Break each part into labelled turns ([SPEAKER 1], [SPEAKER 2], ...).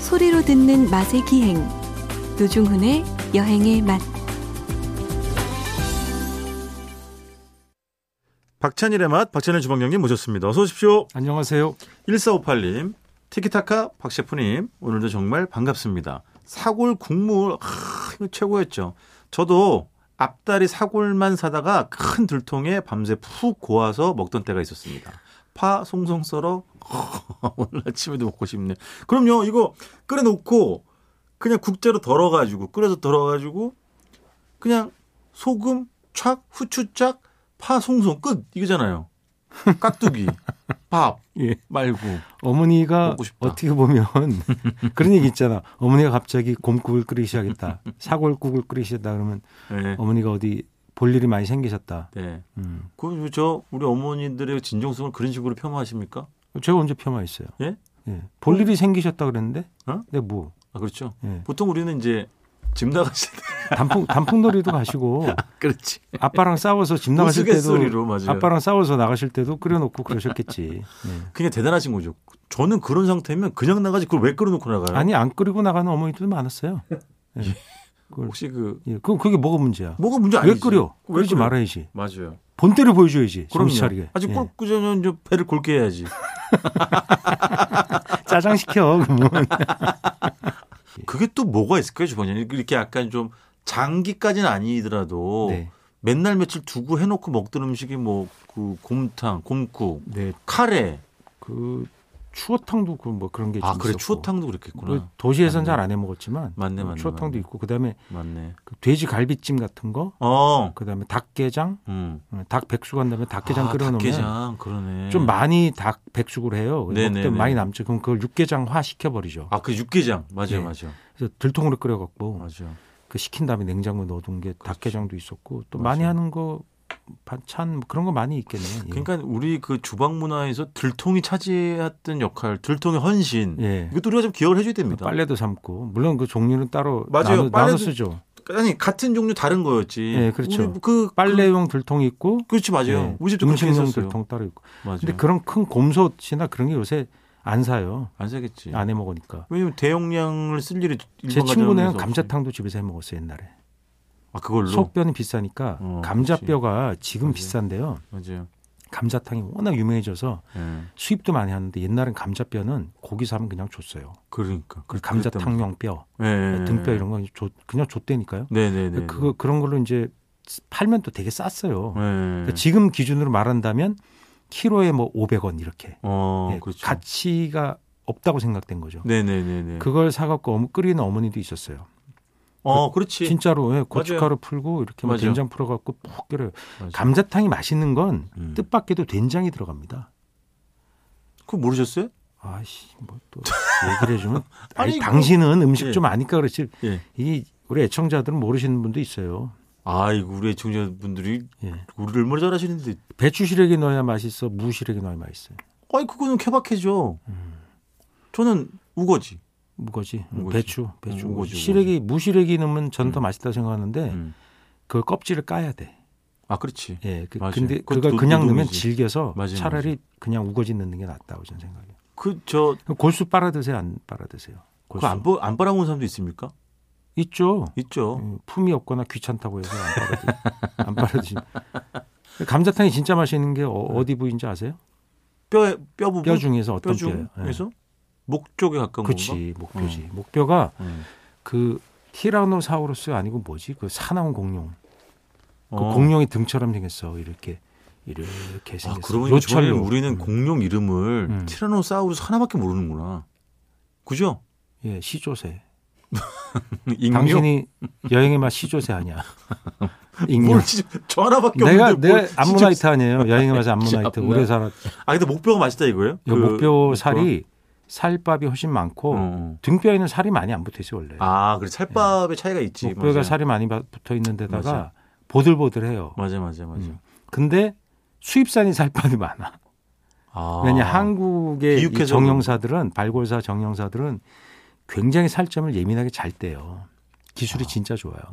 [SPEAKER 1] 소리로 듣는 맛의 기행 노중훈의 여행의 맛
[SPEAKER 2] 박찬일의 맛, 박찬일 주방장님 모셨습니다. 어서 오십시오.
[SPEAKER 3] 안녕하세요.
[SPEAKER 2] 1458님, 티키타카 박 셰프님, 오늘도 정말 반갑습니다. 사골 국물, 아, 이거 최고였죠. 저도 앞다리 사골만 사다가 큰 들통에 밤새 푹 고아서 먹던 때가 있었습니다. 파 송송 썰어, 오늘 아침에도 먹고 싶네요. 그럼요, 이거 끓여놓고 그냥 국자로 덜어가지고, 끓여서 덜어가지고, 그냥 소금, 촥, 후추, 짝, 파 송송 끝! 이거잖아요. 깍두기, 밥
[SPEAKER 3] 예.
[SPEAKER 2] 말고.
[SPEAKER 3] 어머니가
[SPEAKER 2] 먹고 싶다.
[SPEAKER 3] 어떻게 보면 그런 얘기 있잖아. 어머니가 갑자기 곰국을 끓이기 시작했다. 사골국을 끓이기 시작했다 그러면
[SPEAKER 2] 네.
[SPEAKER 3] 어머니가 어디 볼 일이 많이 생기셨다.
[SPEAKER 2] 네.
[SPEAKER 3] 음.
[SPEAKER 2] 그저 우리 어머니들의 진정성을 그런 식으로 폄하하십니까?
[SPEAKER 3] 제가 언제 폄하했어요?
[SPEAKER 2] 예?
[SPEAKER 3] 볼 일이 생기셨다 그랬는데?
[SPEAKER 2] 어?
[SPEAKER 3] 네, 뭐.
[SPEAKER 2] 아 그렇죠.
[SPEAKER 3] 예.
[SPEAKER 2] 보통 우리는 이제 집 나가실 때
[SPEAKER 3] 단풍 단풍놀이도 가시고
[SPEAKER 2] 그렇지.
[SPEAKER 3] 아빠랑 싸워서 집 나가실 때도
[SPEAKER 2] 우스갯소리로 맞아요.
[SPEAKER 3] 아빠랑 싸워서 나가실 때도 끓여놓고 그러셨겠지. 예.
[SPEAKER 2] 그냥 대단하신 거죠. 저는 그런 상태면 그냥 나가지 그걸 왜 끌어놓고 나가요?
[SPEAKER 3] 아니 안 끓이고 나가는 어머니도 많았어요. 예. 그걸-
[SPEAKER 2] 혹시 그
[SPEAKER 3] 예. 그럼 그게 뭐가 문제야?
[SPEAKER 2] 뭐가 문제
[SPEAKER 3] 왜
[SPEAKER 2] 아니지?
[SPEAKER 3] 끓여?
[SPEAKER 2] 왜
[SPEAKER 3] 그러지
[SPEAKER 2] 끓여?
[SPEAKER 3] 말아야지.
[SPEAKER 2] 맞아요.
[SPEAKER 3] 본때를 보여줘야지.
[SPEAKER 2] 그럼요.
[SPEAKER 3] 정신 차리게.
[SPEAKER 2] 아직
[SPEAKER 3] 예.
[SPEAKER 2] 꼴꾸저저 배를 골게 해야지.
[SPEAKER 3] 짜장 시켜. 그러면.
[SPEAKER 2] 그게 또 뭐가 있을까요, 주방장님? 이렇게 약간 좀 장기까지는 아니더라도
[SPEAKER 3] 네.
[SPEAKER 2] 맨날 며칠 두고 해놓고 먹던 음식이 뭐 그 곰탕, 곰국,
[SPEAKER 3] 네.
[SPEAKER 2] 카레.
[SPEAKER 3] 그 추어탕도 그 뭐 그런 게좀
[SPEAKER 2] 아 그래
[SPEAKER 3] 있었고.
[SPEAKER 2] 추어탕도 그렇겠구나.
[SPEAKER 3] 그 도시에선
[SPEAKER 2] 맞네.
[SPEAKER 3] 잘 안 해 먹었지만
[SPEAKER 2] 맞네,
[SPEAKER 3] 그
[SPEAKER 2] 맞네,
[SPEAKER 3] 추어탕도
[SPEAKER 2] 맞네.
[SPEAKER 3] 있고 그다음에
[SPEAKER 2] 맞네.
[SPEAKER 3] 그 돼지 갈비찜 같은 거
[SPEAKER 2] 어.
[SPEAKER 3] 그다음에 닭게장
[SPEAKER 2] 음.
[SPEAKER 3] 어, 닭 백숙한 다음에 닭게장
[SPEAKER 2] 아,
[SPEAKER 3] 끓여놓으면
[SPEAKER 2] 닭게장 그러네.
[SPEAKER 3] 좀 많이 닭 백숙을 해요.
[SPEAKER 2] 네,
[SPEAKER 3] 그때
[SPEAKER 2] 네, 네.
[SPEAKER 3] 많이 남죠. 그럼 그걸 육개장화 시켜버리죠.
[SPEAKER 2] 아그 육개장 맞아요,
[SPEAKER 3] 네.
[SPEAKER 2] 맞아요,
[SPEAKER 3] 그래서 들통으로 끓여갖고
[SPEAKER 2] 맞아요.
[SPEAKER 3] 그 시킨 다음에 냉장고에 넣어둔 게 닭게장도 있었고 또
[SPEAKER 2] 맞아요.
[SPEAKER 3] 많이 하는 거 반찬 뭐 그런 거 많이 있겠네요. 예.
[SPEAKER 2] 그러니까 우리 그 주방 문화에서 들통이 차지했던 역할, 들통의 헌신.
[SPEAKER 3] 예.
[SPEAKER 2] 이것도 우리가 좀 기억을 해줘야 됩니다.
[SPEAKER 3] 빨래도 삶고 물론 그 종류는 따로
[SPEAKER 2] 맞아요.
[SPEAKER 3] 나눠, 나눠
[SPEAKER 2] 빨래도-
[SPEAKER 3] 쓰죠.
[SPEAKER 2] 아니 같은 종류 다른 거였지.
[SPEAKER 3] 예, 그렇죠.
[SPEAKER 2] 우리 그
[SPEAKER 3] 빨래용 들통 이 있고
[SPEAKER 2] 그, 렇지 맞아요.
[SPEAKER 3] 예,
[SPEAKER 2] 우리 집도 그렇게
[SPEAKER 3] 음식용
[SPEAKER 2] 했었어요.
[SPEAKER 3] 들통 따로 있고.
[SPEAKER 2] 맞아요.
[SPEAKER 3] 근데 그런 큰 곰솥이나 그런 게 요새 안 사요.
[SPEAKER 2] 안 사겠지.
[SPEAKER 3] 안 해 먹으니까.
[SPEAKER 2] 왜냐면 대용량을 쓸 일이 예. 일반
[SPEAKER 3] 아. 제
[SPEAKER 2] 가정에서
[SPEAKER 3] 친구는
[SPEAKER 2] 없으니까.
[SPEAKER 3] 감자탕도 집에서 해 먹었어요 옛날에.
[SPEAKER 2] 아 그걸로
[SPEAKER 3] 속뼈는 비싸니까
[SPEAKER 2] 어,
[SPEAKER 3] 감자뼈가 지금
[SPEAKER 2] 맞아요.
[SPEAKER 3] 비싼데요.
[SPEAKER 2] 맞아요.
[SPEAKER 3] 감자탕이 워낙 유명해져서
[SPEAKER 2] 예.
[SPEAKER 3] 수입도 많이 하는데 옛날엔 감자뼈는 고기 사면 그냥 줬어요.
[SPEAKER 2] 그러니까
[SPEAKER 3] 그 감자탕용 뼈,
[SPEAKER 2] 예, 예,
[SPEAKER 3] 등뼈 이런 거 줬- 그냥 줬대니까요.
[SPEAKER 2] 네네네.
[SPEAKER 3] 그거 그런 걸로 이제 팔면 또 되게 쌌어요.
[SPEAKER 2] 예.
[SPEAKER 3] 그러니까 지금 기준으로 말한다면 키로에 뭐 500원 이렇게
[SPEAKER 2] 어,
[SPEAKER 3] 예,
[SPEAKER 2] 그렇죠.
[SPEAKER 3] 가치가 없다고 생각된 거죠.
[SPEAKER 2] 네네네네.
[SPEAKER 3] 그걸 사갖고 어머- 끓이는 어머니도 있었어요.
[SPEAKER 2] 어, 그렇지.
[SPEAKER 3] 진짜로 예, 고춧가루 풀고 이렇게 막
[SPEAKER 2] 맞아요.
[SPEAKER 3] 된장 풀어갖고 푹 끓여요.
[SPEAKER 2] 맞아요.
[SPEAKER 3] 감자탕이 맛있는 건
[SPEAKER 2] 음.
[SPEAKER 3] 뜻밖에도 된장이 들어갑니다.
[SPEAKER 2] 그거 모르셨어요?
[SPEAKER 3] 아씨 뭐 또 얘기를 해주면
[SPEAKER 2] 아니,
[SPEAKER 3] 아니,
[SPEAKER 2] 이거-
[SPEAKER 3] 당신은 음식
[SPEAKER 2] 예.
[SPEAKER 3] 좀 아니까 그렇지
[SPEAKER 2] 예.
[SPEAKER 3] 이 우리 애청자들은 모르시는 분도 있어요.
[SPEAKER 2] 아이고, 우리 애청자분들이
[SPEAKER 3] 예.
[SPEAKER 2] 우리를 얼마나 잘하시는데.
[SPEAKER 3] 배추 시래기 넣어야 맛있어, 무 시래기 넣어야 맛있어요.
[SPEAKER 2] 아이, 그거는 케바케죠.
[SPEAKER 3] 음.
[SPEAKER 2] 저는 우거지.
[SPEAKER 3] 무거지, 음,
[SPEAKER 2] 무거지.
[SPEAKER 3] 배추, 배추.
[SPEAKER 2] 음, 무거지,
[SPEAKER 3] 시래기 무 시래기 넣으면 전 더 맛있다 생각하는데
[SPEAKER 2] 음.
[SPEAKER 3] 그 껍질을 까야 돼.
[SPEAKER 2] 아, 그렇지.
[SPEAKER 3] 예, 그,
[SPEAKER 2] 맞아요.
[SPEAKER 3] 근데
[SPEAKER 2] 그것도
[SPEAKER 3] 그걸 그냥 넣으면
[SPEAKER 2] 노동이지.
[SPEAKER 3] 질겨서
[SPEAKER 2] 맞아요,
[SPEAKER 3] 차라리 그냥 우거지 넣는 게 낫다고 저는 생각해요.
[SPEAKER 2] 그, 저,
[SPEAKER 3] 골수 빨아 드세요, 안 빨아 드세요?
[SPEAKER 2] 그거
[SPEAKER 3] 골수
[SPEAKER 2] 안, 보- 안 빨아온 사람도 있습니까?
[SPEAKER 3] 있죠.
[SPEAKER 2] 있죠.
[SPEAKER 3] 음, 품이 없거나 귀찮다고 해서 안 빨아 드, 안 빨아 드시. 감자탕이 진짜 맛있는 게 어, 디 부인지 아세요?
[SPEAKER 2] 뼈, 네. 뼈 부분?
[SPEAKER 3] 예. 뼈 중에서 어떤
[SPEAKER 2] 뼈
[SPEAKER 3] 뼈예요? 예.
[SPEAKER 2] 중에서? 목 쪽에 가까운 예. 건가?
[SPEAKER 3] 그치, 목뼈지. 목뼈가
[SPEAKER 2] 음.
[SPEAKER 3] 그 티라노사우루스 아니고 뭐지? 그 사나운 공룡. 그
[SPEAKER 2] 어.
[SPEAKER 3] 공룡이 등처럼 생겼어. 이렇게 이렇게
[SPEAKER 2] 아,
[SPEAKER 3] 생겼어.
[SPEAKER 2] 그러고 보니까 저는 우리는
[SPEAKER 3] 음.
[SPEAKER 2] 공룡 이름을
[SPEAKER 3] 음.
[SPEAKER 2] 티라노사우루스 하나밖에 모르는구나. 그죠?
[SPEAKER 3] 예, 시조새.
[SPEAKER 2] 익명?
[SPEAKER 3] 음. 당신이 여행의 맛 시조새 아니야. 익명.
[SPEAKER 2] 뭘 진짜 저 하나밖에
[SPEAKER 3] 내가
[SPEAKER 2] 없는데
[SPEAKER 3] 내
[SPEAKER 2] 뭘 진짜-
[SPEAKER 3] 암모나이트 아니에요. 여행의 맛 암모나이트.
[SPEAKER 2] 진짜
[SPEAKER 3] 오래 살았.
[SPEAKER 2] 아 근데 그 목뼈가 맛있다 이거예요?
[SPEAKER 3] 요 목뼈 살이 살밥이 훨씬 많고
[SPEAKER 2] 어.
[SPEAKER 3] 등뼈에는 살이 많이 안 붙어 있어요 원래.
[SPEAKER 2] 아 그래 살밥의 차이가 있지.
[SPEAKER 3] 네. 목뼈가
[SPEAKER 2] 맞아.
[SPEAKER 3] 살이 많이 바- 붙어 있는 데다가
[SPEAKER 2] 맞아.
[SPEAKER 3] 보들보들해요.
[SPEAKER 2] 맞아 맞아 맞아.
[SPEAKER 3] 음. 근데 수입산이 살밥이 많아.
[SPEAKER 2] 아.
[SPEAKER 3] 왜냐 한국의 이
[SPEAKER 2] 비육해서
[SPEAKER 3] 정형사들은 발골사 정형사들은 굉장히 살점을 예민하게 잘 떼요. 기술이 진짜 좋아요.
[SPEAKER 2] 어, 어.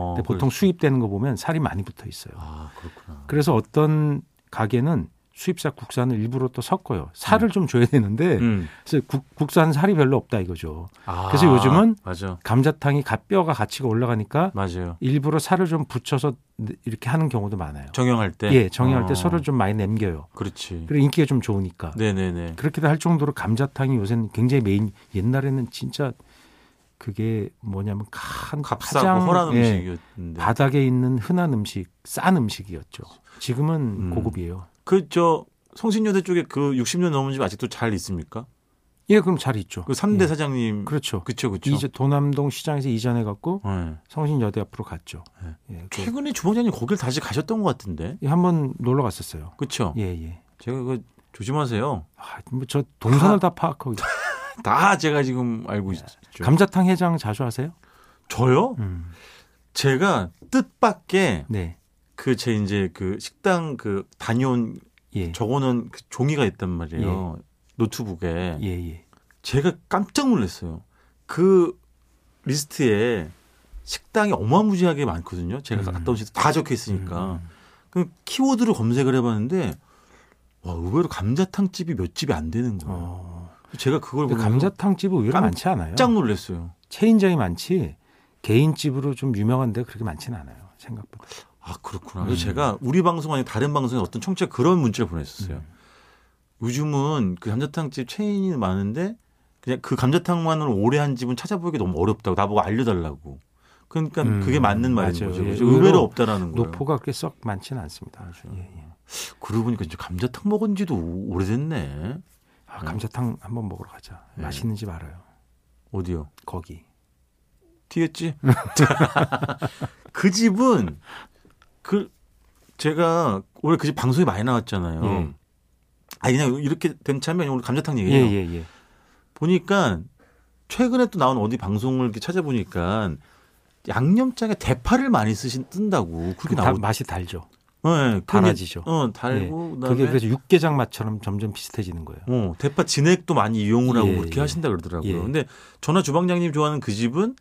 [SPEAKER 2] 어.
[SPEAKER 3] 근데 보통
[SPEAKER 2] 그렇지.
[SPEAKER 3] 수입되는 거 보면 살이 많이 붙어 있어요.
[SPEAKER 2] 아 그렇구나.
[SPEAKER 3] 그래서 어떤 가게는 수입사 국산을 일부러 또 섞어요.
[SPEAKER 2] 음.
[SPEAKER 3] 살을 좀 줘야 되는데 그래서 국, 국산 살이 별로 없다 이거죠. 네. 그래서 요즘은
[SPEAKER 2] 아, 맞아
[SPEAKER 3] 감자탕이 갓 뼈가 가치가 올라가니까
[SPEAKER 2] 맞아요
[SPEAKER 3] 일부러 살을 좀 붙여서 네, 이렇게 하는 경우도 많아요.
[SPEAKER 2] 정형할 때
[SPEAKER 3] 예, 정의할
[SPEAKER 2] 어,
[SPEAKER 3] 때 서로 좀 많이 남겨요.
[SPEAKER 2] 그렇지
[SPEAKER 3] 그리고 인기가 좀
[SPEAKER 2] 아.
[SPEAKER 3] 좋으니까.
[SPEAKER 2] 네네네
[SPEAKER 3] 그렇게도 할 정도로 감자탕이 요새는 굉장히 메인. 옛날에는 진짜 그게 뭐냐면 간
[SPEAKER 2] 값싸고
[SPEAKER 3] 가장,
[SPEAKER 2] 허란
[SPEAKER 3] 예,
[SPEAKER 2] 음식이었는데
[SPEAKER 3] 바닥에 있는 흔한 음식, 싼 음식이었죠. 지금은
[SPEAKER 2] 음.
[SPEAKER 3] 고급이에요.
[SPEAKER 2] 그 저 성신여대 쪽에 그 60년 넘은 집 아직도 잘 있습니까?
[SPEAKER 3] 예, 그럼 잘 있죠.
[SPEAKER 2] 그 3대
[SPEAKER 3] 예,
[SPEAKER 2] 사장님
[SPEAKER 3] 그렇죠.
[SPEAKER 2] 그쵸 그쵸
[SPEAKER 3] 이제 도남동 시장에서 이전해 갖고
[SPEAKER 2] 예.
[SPEAKER 3] 성신여대 앞으로 갔죠. 예, 그-
[SPEAKER 2] 최근에 주방장님 거길 다시 가셨던 것 같은데
[SPEAKER 3] 예, 한번 놀러 갔었어요.
[SPEAKER 2] 그쵸?
[SPEAKER 3] 예, 예.
[SPEAKER 2] 제가 그 조심하세요
[SPEAKER 3] 아, 뭐저 동선을 다 파악하고 있어요.
[SPEAKER 2] 다 제가 지금 알고 있죠
[SPEAKER 3] 감자탕 해장 자주 하세요?
[SPEAKER 2] 저요?
[SPEAKER 3] 음.
[SPEAKER 2] 제가 뜻밖의
[SPEAKER 3] 네.
[SPEAKER 2] 그 제 이제 그 식당 그 다녀온
[SPEAKER 3] 예.
[SPEAKER 2] 적어놓은 그 종이가 있단 말이에요 노트북에
[SPEAKER 3] 예, 예.
[SPEAKER 2] 제가 깜짝 놀랐어요. 그 리스트에 식당이 어마무지하게 많거든요. 제가
[SPEAKER 3] 음.
[SPEAKER 2] 갔다 온 식당 다 적혀 있으니까.
[SPEAKER 3] 음.
[SPEAKER 2] 그 키워드로 검색을 해봤는데 와 의외로 감자탕 집이 몇 집이 안 되는 거예요.
[SPEAKER 3] 어.
[SPEAKER 2] 제가 그걸
[SPEAKER 3] 근데
[SPEAKER 2] 보면서
[SPEAKER 3] 감자탕 집은 의외로
[SPEAKER 2] 깜-
[SPEAKER 3] 많지 않아요.
[SPEAKER 2] 깜짝 놀랐어요.
[SPEAKER 3] 체인점이 많지 개인 집으로 좀 유명한데 그렇게 많지는 않아요. 생각보다.
[SPEAKER 2] 아 그렇구나. 그래서
[SPEAKER 3] 음.
[SPEAKER 2] 제가 우리 방송 아니 다른 방송에 어떤 청취자 그런 문자를 보냈었어요.
[SPEAKER 3] 음.
[SPEAKER 2] 요즘은 그 감자탕 집 체인이 많은데 그냥 그 감자탕만을 오래 한 집은 찾아보기 너무 어렵다고 나보고 알려달라고. 그러니까
[SPEAKER 3] 음,
[SPEAKER 2] 그게 맞는 말인
[SPEAKER 3] 맞아요.
[SPEAKER 2] 거죠.
[SPEAKER 3] 예,
[SPEAKER 2] 그죠?
[SPEAKER 3] 의외로
[SPEAKER 2] 의외로 없다라는 거예요.
[SPEAKER 3] 노포가 그렇게 썩 많지는 않습니다.
[SPEAKER 2] 아주.
[SPEAKER 3] 예, 예.
[SPEAKER 2] 그러고 보니까 이제 감자탕 먹은 지도 오- 오래됐네.
[SPEAKER 3] 아, 감자탕 한번 먹으러 가자.
[SPEAKER 2] 예.
[SPEAKER 3] 맛있는 집 알아요.
[SPEAKER 2] 어디요?
[SPEAKER 3] 거기.
[SPEAKER 2] 뒤였지? 그 집은 그 제가 원래 그 집 방송이 많이 나왔잖아요.
[SPEAKER 3] 예.
[SPEAKER 2] 아 그냥 이렇게 된 참에 그냥 오늘 감자탕
[SPEAKER 3] 예,
[SPEAKER 2] 얘기해요.
[SPEAKER 3] 예, 예.
[SPEAKER 2] 보니까 최근에 또 나온 어디 방송을 이렇게 찾아보니까 양념장에 대파를 많이 쓰신 뜬다고 그렇게
[SPEAKER 3] 다-
[SPEAKER 2] 나오고
[SPEAKER 3] 맛이 달죠.
[SPEAKER 2] 네,
[SPEAKER 3] 달아지죠. 예.
[SPEAKER 2] 어 달고 그다음에
[SPEAKER 3] 그게 그래서 육개장 맛처럼 점점 비슷해지는 거예요.
[SPEAKER 2] 어, 대파 진액도 많이 이용을 하고
[SPEAKER 3] 예,
[SPEAKER 2] 그렇게
[SPEAKER 3] 예.
[SPEAKER 2] 하신다 그러더라고요.
[SPEAKER 3] 예.
[SPEAKER 2] 근데 전화 주방장님 좋아하는 그 집은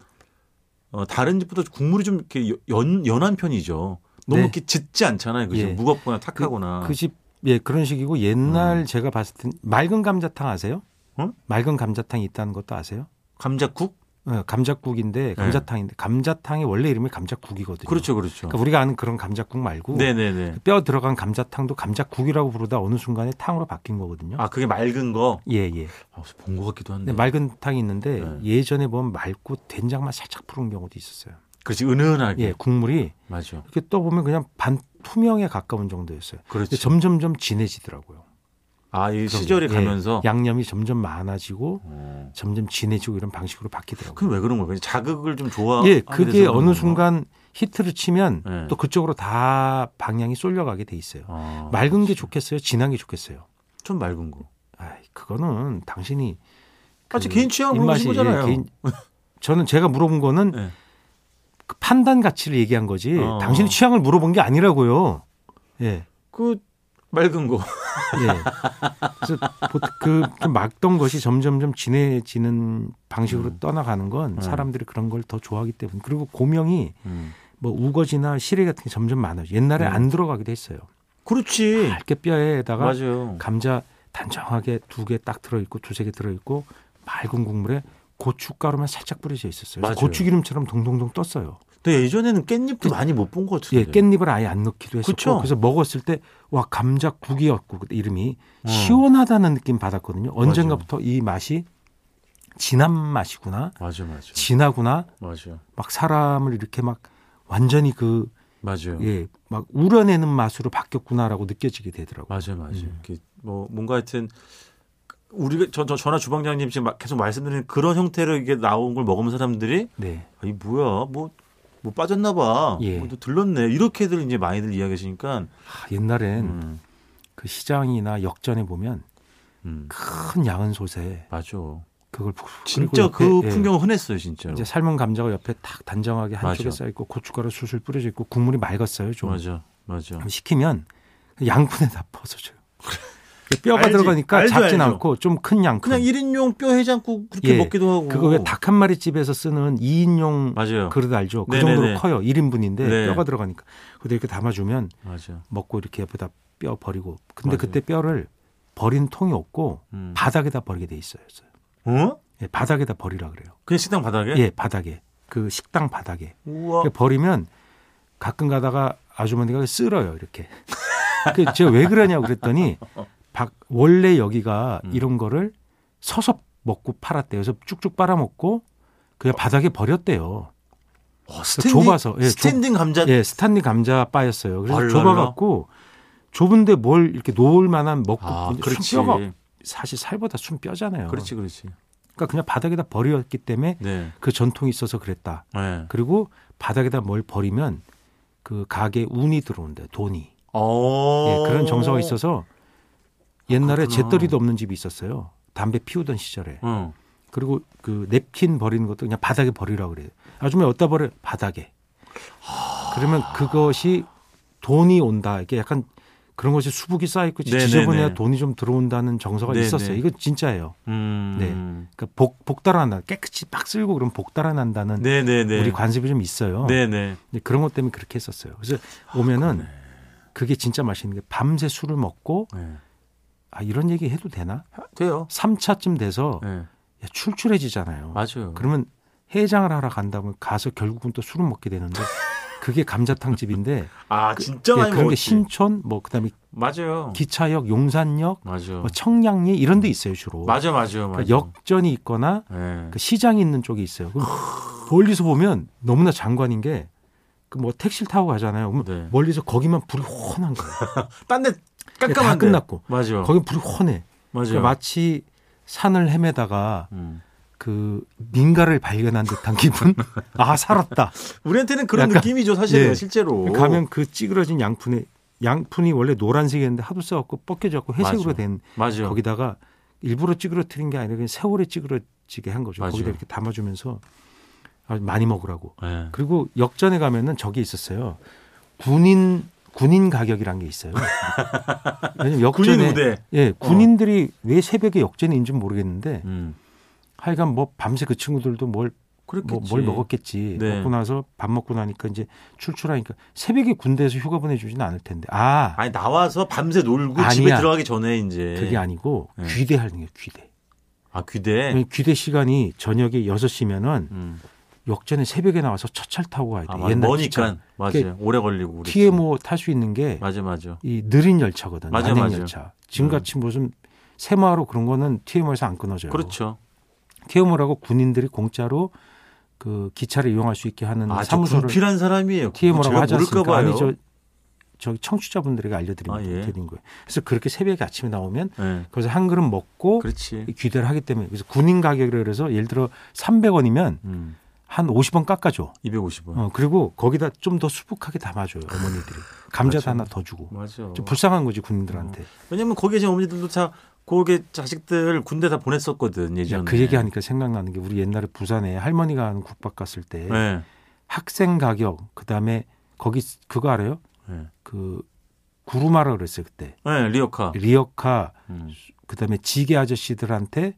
[SPEAKER 2] 어, 다른 집보다 국물이 좀 이렇게 여- 연, 연한 편이죠. 너무
[SPEAKER 3] 네.
[SPEAKER 2] 이렇게 짙지 않잖아요. 그죠?
[SPEAKER 3] 예.
[SPEAKER 2] 무겁거나 탁하거나.
[SPEAKER 3] 그 집, 예, 그런 식이고 옛날
[SPEAKER 2] 아. 음.
[SPEAKER 3] 제가 봤을 땐 맑은 감자탕 아세요?
[SPEAKER 2] 어?
[SPEAKER 3] 맑은 감자탕이 있다는 것도 아세요?
[SPEAKER 2] 감자국?
[SPEAKER 3] 어,
[SPEAKER 2] 네.
[SPEAKER 3] 감자국인데 감자탕인데 감자탕이 원래 이름이 감자국이거든요.
[SPEAKER 2] 그렇죠, 그렇죠.
[SPEAKER 3] 그러니까 우리가 아는 그런 감자국 말고
[SPEAKER 2] 네네네.
[SPEAKER 3] 뼈 들어간 감자탕도 감자국이라고 부르다 어느 순간에 탕으로 바뀐 거거든요.
[SPEAKER 2] 아, 그게 맑은 거?
[SPEAKER 3] 예, 예.
[SPEAKER 2] 아, 본 것 같기도 한데.
[SPEAKER 3] 근데 네, 맑은 탕이 있는데
[SPEAKER 2] 네.
[SPEAKER 3] 예전에 보면 맑고 된장만 살짝 푸른 경우도 있었어요.
[SPEAKER 2] 그렇지, 은은하게.
[SPEAKER 3] 예, 국물이
[SPEAKER 2] 맞아.
[SPEAKER 3] 이렇게 떠보면 그냥 반 투명에 가까운 정도였어요. 근데
[SPEAKER 2] 그렇지.
[SPEAKER 3] 점점점
[SPEAKER 2] 그렇죠.
[SPEAKER 3] 진해지더라고요.
[SPEAKER 2] 아, 이 시절이
[SPEAKER 3] 예,
[SPEAKER 2] 가면서.
[SPEAKER 3] 양념이 점점 많아지고
[SPEAKER 2] 어.
[SPEAKER 3] 점점 진해지고 이런 방식으로 바뀌더라고요.
[SPEAKER 2] 그럼 왜 그런 걸까요? 자극을 좀 그러니까 좋아.
[SPEAKER 3] 예, 그게 어느 순간 히트를 치면
[SPEAKER 2] 네.
[SPEAKER 3] 또 그쪽으로 다 방향이 쏠려가게 돼 있어요.
[SPEAKER 2] 아,
[SPEAKER 3] 맑은 게 좋겠어요, 진한 게 좋겠어요.
[SPEAKER 2] 좀 맑은 거.
[SPEAKER 3] 아, 그거는 당신이
[SPEAKER 2] 아, 제 개인 취향으로
[SPEAKER 3] 입맛이,
[SPEAKER 2] 그러신 거잖아요.
[SPEAKER 3] 예, 개인- 저는 제가 물어본 거는
[SPEAKER 2] 네.
[SPEAKER 3] 그 판단 가치를 얘기한 거지
[SPEAKER 2] 어.
[SPEAKER 3] 당신 취향을 물어본 게 아니라고요. 예.
[SPEAKER 2] 그 맑은 거.
[SPEAKER 3] 예. 그래서 보통 그좀 막던 것이 점점점 진해지는 방식으로
[SPEAKER 2] 음.
[SPEAKER 3] 떠나가는 건
[SPEAKER 2] 음.
[SPEAKER 3] 사람들이 그런 걸 더 좋아하기 때문에 그리고 고명이 뭐 우거지나 시래 같은 게 점점 많아져. 옛날에
[SPEAKER 2] 음.
[SPEAKER 3] 안 들어가기도 했어요.
[SPEAKER 2] 그렇지.
[SPEAKER 3] 얇게 뼈에다가
[SPEAKER 2] 맞아요.
[SPEAKER 3] 감자 단정하게 두 개 딱 들어 있고 두세 개 들어 있고 맑은 국물에 고춧가루만 살짝 뿌려져 있었어요.
[SPEAKER 2] 맞아요.
[SPEAKER 3] 고추 기름처럼 동동동 떴어요.
[SPEAKER 2] 근데 예전에는 깻잎도 많이 못 본 것
[SPEAKER 3] 예,
[SPEAKER 2] 같은데.
[SPEAKER 3] 깻잎을 아예 안 넣기도 했었고
[SPEAKER 2] 그렇죠. 그쵸?
[SPEAKER 3] 그래서 먹었을 때 와 감자국이었고 그때 이름이
[SPEAKER 2] 어.
[SPEAKER 3] 시원하다는 느낌 받았거든요. 언젠가부터 이 맛이 진한 맛이구나,
[SPEAKER 2] 맞아, 맞아.
[SPEAKER 3] 진하구나,
[SPEAKER 2] 맞아.
[SPEAKER 3] 막 사람을 이렇게 막 완전히 그
[SPEAKER 2] 맞아요.
[SPEAKER 3] 예, 막 우려내는 맛으로 바뀌었구나라고 느껴지게 되더라고요.
[SPEAKER 2] 맞아, 맞아.
[SPEAKER 3] 음.
[SPEAKER 2] 이렇게 뭐 뭔가 하여튼 우리가 저, 저 전화 주방장님 지금 막 계속 말씀드리는 그런 형태로 이게 나온 걸 먹으면 사람들이
[SPEAKER 3] 네.
[SPEAKER 2] 아, 이 뭐야 뭐. 뭐 빠졌나 봐.
[SPEAKER 3] 예.
[SPEAKER 2] 뭐, 또 들렀네. 이렇게들 이제 많이들 이야기하시니까
[SPEAKER 3] 아, 옛날엔
[SPEAKER 2] 음,
[SPEAKER 3] 그 시장이나 역전에 보면
[SPEAKER 2] 음.
[SPEAKER 3] 큰 양은 솥에
[SPEAKER 2] 맞아.
[SPEAKER 3] 그걸 푹
[SPEAKER 2] 진짜 그
[SPEAKER 3] 그리고 옆에, 예,
[SPEAKER 2] 풍경 은 흔했어요, 진짜로.
[SPEAKER 3] 이제 삶은 감자가 옆에 딱 단정하게 한쪽에
[SPEAKER 2] 맞아.
[SPEAKER 3] 쌓여 있고 고춧가루 술술 뿌려져 있고 국물이 맑았어요. 좀그
[SPEAKER 2] 맞아. 맞아.
[SPEAKER 3] 그럼 시키면 양푼에다 퍼서 줘요. 뼈가
[SPEAKER 2] 알지.
[SPEAKER 3] 들어가니까
[SPEAKER 2] 알죠,
[SPEAKER 3] 작진
[SPEAKER 2] 알죠.
[SPEAKER 3] 않고 좀 큰 양큼.
[SPEAKER 2] 그냥 1인용 뼈 해장국 그렇게
[SPEAKER 3] 예.
[SPEAKER 2] 먹기도 하고.
[SPEAKER 3] 그거 왜 닭 한 마리 집에서 쓰는 2인용
[SPEAKER 2] 맞아요.
[SPEAKER 3] 그릇 알죠? 그
[SPEAKER 2] 네네네.
[SPEAKER 3] 정도로 커요. 1인분인데
[SPEAKER 2] 네.
[SPEAKER 3] 뼈가 들어가니까. 근데 이렇게 담아주면
[SPEAKER 2] 맞아요.
[SPEAKER 3] 먹고 이렇게 옆에다 뼈 버리고. 근데
[SPEAKER 2] 맞아요.
[SPEAKER 3] 그때 뼈를 버린 통이 없고
[SPEAKER 2] 음.
[SPEAKER 3] 바닥에다 버리게 돼 있어요.
[SPEAKER 2] 어?
[SPEAKER 3] 예, 바닥에다 버리라 그래요.
[SPEAKER 2] 그냥 식당 바닥에?
[SPEAKER 3] 예, 바닥에. 그 식당 바닥에.
[SPEAKER 2] 우와.
[SPEAKER 3] 그러니까 버리면 가끔 가다가 아주머니가 쓸어요 이렇게. 그 제가 왜 그러냐고 그랬더니 박- 원래 여기가
[SPEAKER 2] 음.
[SPEAKER 3] 이런 거를 서서 먹고 팔았대요. 그래서 쭉쭉 빨아먹고 그냥 바닥에 버렸대요.
[SPEAKER 2] 어,
[SPEAKER 3] 좁아서, 예,
[SPEAKER 2] 스탠딩 감자.
[SPEAKER 3] 예, 스탠리 감자 바였어요. 그래서
[SPEAKER 2] 얼라,
[SPEAKER 3] 좁아갖고 좁은데 뭘 이렇게 놓을 만한 먹고
[SPEAKER 2] 아, 그렇지.
[SPEAKER 3] 뼈가 사실 살보다 숨 뼈잖아요.
[SPEAKER 2] 그렇지, 그렇지.
[SPEAKER 3] 그러니까 그냥 바닥에다 버렸기 때문에
[SPEAKER 2] 네.
[SPEAKER 3] 그 전통이 있어서 그랬다.
[SPEAKER 2] 네.
[SPEAKER 3] 그리고 바닥에다 뭘 버리면 그 가게 운이 들어온대 돈이
[SPEAKER 2] 어.
[SPEAKER 3] 예, 그런 정서가 있어서 옛날에
[SPEAKER 2] 그렇구나.
[SPEAKER 3] 재떨이도 없는 집이 있었어요 담배 피우던 시절에
[SPEAKER 2] 어.
[SPEAKER 3] 그리고 그 냅킨 버리는 것도 그냥 바닥에 버리라 그래요 아줌마 어디다 버려 바닥에 그러면 그것이 돈이 온다 이게 약간 그런 것이 수북이 쌓이고
[SPEAKER 2] 네네네.
[SPEAKER 3] 지저분해야 돈이 좀 들어온다는 정서가
[SPEAKER 2] 네네.
[SPEAKER 3] 있었어요 이건 진짜예요
[SPEAKER 2] 음.
[SPEAKER 3] 그러니까 복, 복달아난다 깨끗이 빡 쓸고 그러면 복달아난다는
[SPEAKER 2] 네. 네네네.
[SPEAKER 3] 우리 관습이 좀 있어요
[SPEAKER 2] 네네.
[SPEAKER 3] 근데 그런 것 때문에 그렇게 했었어요. 그래서 오면은 그게 진짜 맛있는 게 밤새 술을 먹고
[SPEAKER 2] 네.
[SPEAKER 3] 아 이런 얘기 해도 되나?
[SPEAKER 2] 돼요.
[SPEAKER 3] 3차쯤 돼서
[SPEAKER 2] 네.
[SPEAKER 3] 야, 출출해지잖아요.
[SPEAKER 2] 맞아요.
[SPEAKER 3] 그러면 해장을 하러 간다면 가서 결국은 또 술을 먹게 되는데 그게 감자탕 집인데
[SPEAKER 2] 아, 진짜
[SPEAKER 3] 예,
[SPEAKER 2] 많이
[SPEAKER 3] 그런 게
[SPEAKER 2] 먹었지. 어.
[SPEAKER 3] 신촌 뭐 그다음에
[SPEAKER 2] 맞아요.
[SPEAKER 3] 기차역 용산역
[SPEAKER 2] 맞아.
[SPEAKER 3] 뭐 청량리 이런 데 있어요 주로.
[SPEAKER 2] 어. 맞아, 맞아, 맞아.
[SPEAKER 3] 그러니까 역전이 있거나
[SPEAKER 2] 예.
[SPEAKER 3] 그 시장이 있는 쪽에 있어요. 그럼 멀리서 보면 너무나 장관인 게 그 뭐 택시를 타고 가잖아요. 그러면
[SPEAKER 2] 네.
[SPEAKER 3] 멀리서 거기만 불이 훤한 거예요.
[SPEAKER 2] 딴데
[SPEAKER 3] 다
[SPEAKER 2] 깜깜한데.
[SPEAKER 3] 끝났고
[SPEAKER 2] 맞아.
[SPEAKER 3] 거기 불이 훤해.
[SPEAKER 2] 맞아.
[SPEAKER 3] 그러니까 마치 산을 헤매다가
[SPEAKER 2] 음.
[SPEAKER 3] 그 민가를 발견한 듯한 기분. 아 살았다.
[SPEAKER 2] 우리한테는 그런
[SPEAKER 3] 약간-
[SPEAKER 2] 느낌이죠, 사실은
[SPEAKER 3] 예.
[SPEAKER 2] 실제로.
[SPEAKER 3] 가면 그 찌그러진 양푼에 양푼이 원래 노란색이었는데 하도 써갖고 벗겨져갖고 회색으로
[SPEAKER 2] 맞아.
[SPEAKER 3] 된
[SPEAKER 2] 맞아.
[SPEAKER 3] 거기다가 일부러 찌그러뜨린 게 아니라 그냥 세월에 찌그러지게 한 거죠.
[SPEAKER 2] 맞아요.
[SPEAKER 3] 거기다 이렇게 담아주면서 아주 많이 먹으라고.
[SPEAKER 2] 예.
[SPEAKER 3] 그리고 역전에 가면은 저게 있었어요. 군인 군인 가격이란 게 있어요. 왜냐면
[SPEAKER 2] 군인
[SPEAKER 3] 그 역전에
[SPEAKER 2] 무대. 어.
[SPEAKER 3] 예, 군인들이 왜 새벽에 역전인지는 모르겠는데
[SPEAKER 2] 음.
[SPEAKER 3] 하여간 뭐 밤새 그 친구들도 뭘, 뭐,
[SPEAKER 2] 그렇겠지.
[SPEAKER 3] 뭘 먹었겠지.
[SPEAKER 2] 네.
[SPEAKER 3] 먹고 나서 밥 먹고 나니까 이제 출출하니까 새벽에 군대에서 휴가 보내주진 않을 텐데. 아,
[SPEAKER 2] 아니 나와서 밤새 놀고 집에
[SPEAKER 3] 아니야.
[SPEAKER 2] 들어가기 전에 이제
[SPEAKER 3] 그게 아니고
[SPEAKER 2] 네.
[SPEAKER 3] 귀대하는 게 귀대.
[SPEAKER 2] 아 귀대.
[SPEAKER 3] 왜냐면 귀대 시간이 저녁에 6시면은
[SPEAKER 2] 음.
[SPEAKER 3] 역전에 새벽에 나와서 첫차를 타고 가야 돼.
[SPEAKER 2] 아, 맞아.
[SPEAKER 3] 옛날
[SPEAKER 2] 머니까 맞아요.
[SPEAKER 3] 그게
[SPEAKER 2] 오래 걸리고
[SPEAKER 3] 기차.
[SPEAKER 2] 그랬지.
[SPEAKER 3] 뒤에 뭐 탈 수 있는 게 이
[SPEAKER 2] 맞아 맞아.
[SPEAKER 3] 느린 열차거든.
[SPEAKER 2] 맞아,
[SPEAKER 3] 만행
[SPEAKER 2] 맞아.
[SPEAKER 3] 열차. 지금같이 무슨 세마로 그런 거는 TMO에서 안 끊어져요.
[SPEAKER 2] 그렇죠.
[SPEAKER 3] TMO라고 군인들이 공짜로 그 기차를 이용할 수 있게 하는
[SPEAKER 2] 아, 저
[SPEAKER 3] 사무소를
[SPEAKER 2] 군필한 사람이에요.
[SPEAKER 3] TMO라고
[SPEAKER 2] 제가
[SPEAKER 3] 하지
[SPEAKER 2] 모를까
[SPEAKER 3] 않습니까?
[SPEAKER 2] 봐요.
[SPEAKER 3] 아니 저 저기 청취자분들에게 알려드리는
[SPEAKER 2] 아, 예.
[SPEAKER 3] 거예요. 그래서 그렇게 새벽에 아침에 나오면
[SPEAKER 2] 예.
[SPEAKER 3] 거기서 한 네. 그릇 먹고
[SPEAKER 2] 그렇지.
[SPEAKER 3] 귀대를 하기 때문에 그래서 군인 가격이라 그래서 예를 들어 300원이면
[SPEAKER 2] 음.
[SPEAKER 3] 한 50원 깎아줘.
[SPEAKER 2] 250원.
[SPEAKER 3] 어, 그리고 거기다 좀 더 수북하게 담아줘요 어머니들이 감자도 하나 더 주고
[SPEAKER 2] 맞아.
[SPEAKER 3] 좀 불쌍한 거지 군인들한테.
[SPEAKER 2] 왜냐면 거기 계신 어머니들도 다 거기 자식들 군대 다 보냈었거든
[SPEAKER 3] 야,
[SPEAKER 2] 예전에.
[SPEAKER 3] 그 얘기하니까 생각나는 게 우리 옛날에 부산에 할머니가 하는 국밥 갔을 때
[SPEAKER 2] 예.
[SPEAKER 3] 학생 가격 그다음에 거기 그거 알아요?
[SPEAKER 2] 예.
[SPEAKER 3] 그 구루마라 그랬어요 그때
[SPEAKER 2] 예, 리어카.
[SPEAKER 3] 리어카
[SPEAKER 2] 음.
[SPEAKER 3] 그다음에 지게 아저씨들한테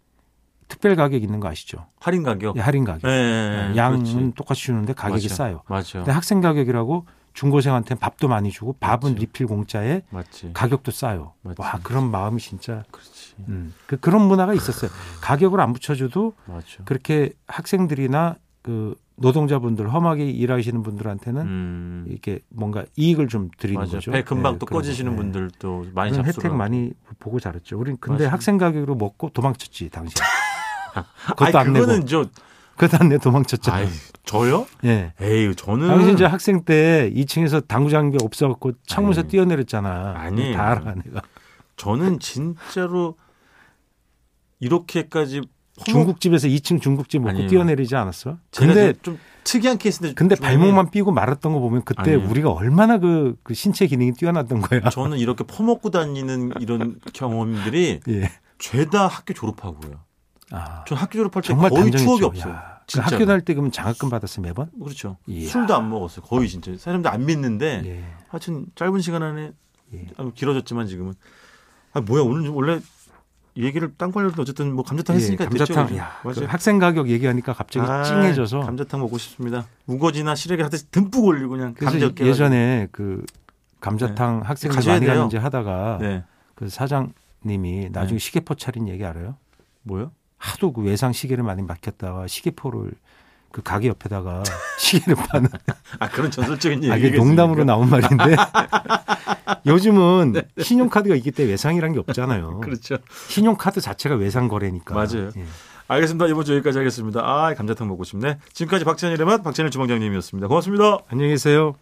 [SPEAKER 3] 특별 가격 있는 거 아시죠?
[SPEAKER 2] 할인 가격.
[SPEAKER 3] 예, 할인 가격.
[SPEAKER 2] 예, 예, 예.
[SPEAKER 3] 양은
[SPEAKER 2] 그렇지.
[SPEAKER 3] 똑같이 주는데 가격이
[SPEAKER 2] 맞아.
[SPEAKER 3] 싸요.
[SPEAKER 2] 맞아.
[SPEAKER 3] 근데 학생 가격이라고 중고생한테 밥도 많이 주고 밥은
[SPEAKER 2] 맞지.
[SPEAKER 3] 리필 공짜에
[SPEAKER 2] 맞지.
[SPEAKER 3] 가격도 싸요.
[SPEAKER 2] 네. 맞지.
[SPEAKER 3] 와 그런 마음이 진짜
[SPEAKER 2] 그렇지.
[SPEAKER 3] 음, 그, 그런 문화가 있었어요.
[SPEAKER 2] 아.
[SPEAKER 3] 가격을 안 붙여줘도
[SPEAKER 2] 맞아.
[SPEAKER 3] 그렇게 학생들이나 그 노동자분들 험하게 일하시는 분들한테는
[SPEAKER 2] 음.
[SPEAKER 3] 이렇게 뭔가 이익을 좀 드리는
[SPEAKER 2] 맞아.
[SPEAKER 3] 거죠.
[SPEAKER 2] 배 금방
[SPEAKER 3] 예,
[SPEAKER 2] 또
[SPEAKER 3] 그런 거.
[SPEAKER 2] 꺼지시는
[SPEAKER 3] 예.
[SPEAKER 2] 분들도 많이
[SPEAKER 3] 그런
[SPEAKER 2] 잡수를
[SPEAKER 3] 혜택 많이 보고 잘했죠. 우린 근데
[SPEAKER 2] 맞아요.
[SPEAKER 3] 학생 가격으로 먹고 도망쳤지 당시.
[SPEAKER 2] 하고.
[SPEAKER 3] 그것도
[SPEAKER 2] 아니,
[SPEAKER 3] 안
[SPEAKER 2] 그거는
[SPEAKER 3] 내고.
[SPEAKER 2] 저
[SPEAKER 3] 그것도 안 내고
[SPEAKER 2] 아이,
[SPEAKER 3] 도망쳤잖아요.
[SPEAKER 2] 저요?
[SPEAKER 3] 예.
[SPEAKER 2] 에이, 저는
[SPEAKER 3] 당신 이제 학생 때 2층에서 당구장비 없어갖고 창문에서
[SPEAKER 2] 아니.
[SPEAKER 3] 뛰어내렸잖아.
[SPEAKER 2] 아니.
[SPEAKER 3] 다 알아 내가.
[SPEAKER 2] 저는 진짜로 이렇게까지 퍼먹-
[SPEAKER 3] 중국집에서 2층 중국집 먹고
[SPEAKER 2] 아니에요.
[SPEAKER 3] 뛰어내리지 않았어?
[SPEAKER 2] 제가
[SPEAKER 3] 근데
[SPEAKER 2] 좀, 좀 특이한 케이스인데
[SPEAKER 3] 근데
[SPEAKER 2] 좀-
[SPEAKER 3] 발목만 삐고 말았던 거 보면 그때
[SPEAKER 2] 아니에요. 예.
[SPEAKER 3] 우리가 얼마나 그, 그 신체 기능이 뛰어났던 거야.
[SPEAKER 2] 저는 이렇게 퍼먹고 다니는 이런 경험들이
[SPEAKER 3] 예.
[SPEAKER 2] 죄다 학교 졸업하고요.
[SPEAKER 3] 아,
[SPEAKER 2] 전 학교 졸업할 때
[SPEAKER 3] 정말
[SPEAKER 2] 거의
[SPEAKER 3] 단정했죠.
[SPEAKER 2] 추억이 없어요.
[SPEAKER 3] 야, 그
[SPEAKER 2] 진짜로.
[SPEAKER 3] 학교 다닐 때 그러면 장학금 받았어 매번?
[SPEAKER 2] 그렇죠.
[SPEAKER 3] 이야.
[SPEAKER 2] 술도 안 먹었어요. 거의 진짜 사람들 안 믿는데
[SPEAKER 3] 예.
[SPEAKER 2] 하여튼 짧은 시간 안에
[SPEAKER 3] 예.
[SPEAKER 2] 아, 길어졌지만 지금은 아 뭐야 오늘 원래 얘기를 땅 관련도 어쨌든 뭐 감자탕 했으니까
[SPEAKER 3] 예, 감자탕.
[SPEAKER 2] 됐죠.
[SPEAKER 3] 야,
[SPEAKER 2] 맞아.
[SPEAKER 3] 그 학생 가격 얘기하니까 갑자기
[SPEAKER 2] 아,
[SPEAKER 3] 찡해져서
[SPEAKER 2] 감자탕 먹고 싶습니다. 우거지나 시래기 하듯이 듬뿍 올리고 그냥
[SPEAKER 3] 그래서
[SPEAKER 2] 감자 으깨
[SPEAKER 3] 예전에 그 감자탕 학생
[SPEAKER 2] 가셔야
[SPEAKER 3] 많이
[SPEAKER 2] 돼요.
[SPEAKER 3] 갔는지 하다가
[SPEAKER 2] 네
[SPEAKER 3] 그 사장님이 나중에 시계포 차린 얘기 알아요?
[SPEAKER 2] 뭐요?
[SPEAKER 3] 하도 그 외상 시계를 많이 맡겼다가 시계포를 그 가게 옆에다가 시계를 파는
[SPEAKER 2] 아 그런 전설적인 얘기.
[SPEAKER 3] 아, 이게 농담으로 나온 말인데 요즘은 신용카드가 있기 때문에 외상이란 게 없잖아요.
[SPEAKER 2] 네. 그렇죠.
[SPEAKER 3] 신용카드 자체가 외상 거래니까.
[SPEAKER 2] 맞아요.
[SPEAKER 3] 예.
[SPEAKER 2] 알겠습니다. 이번 주 여기까지 하겠습니다. 아 감자탕 먹고 싶네. 지금까지 박찬일의 맛 박찬일 주방장님이었습니다. 고맙습니다.
[SPEAKER 3] 안녕히 계세요.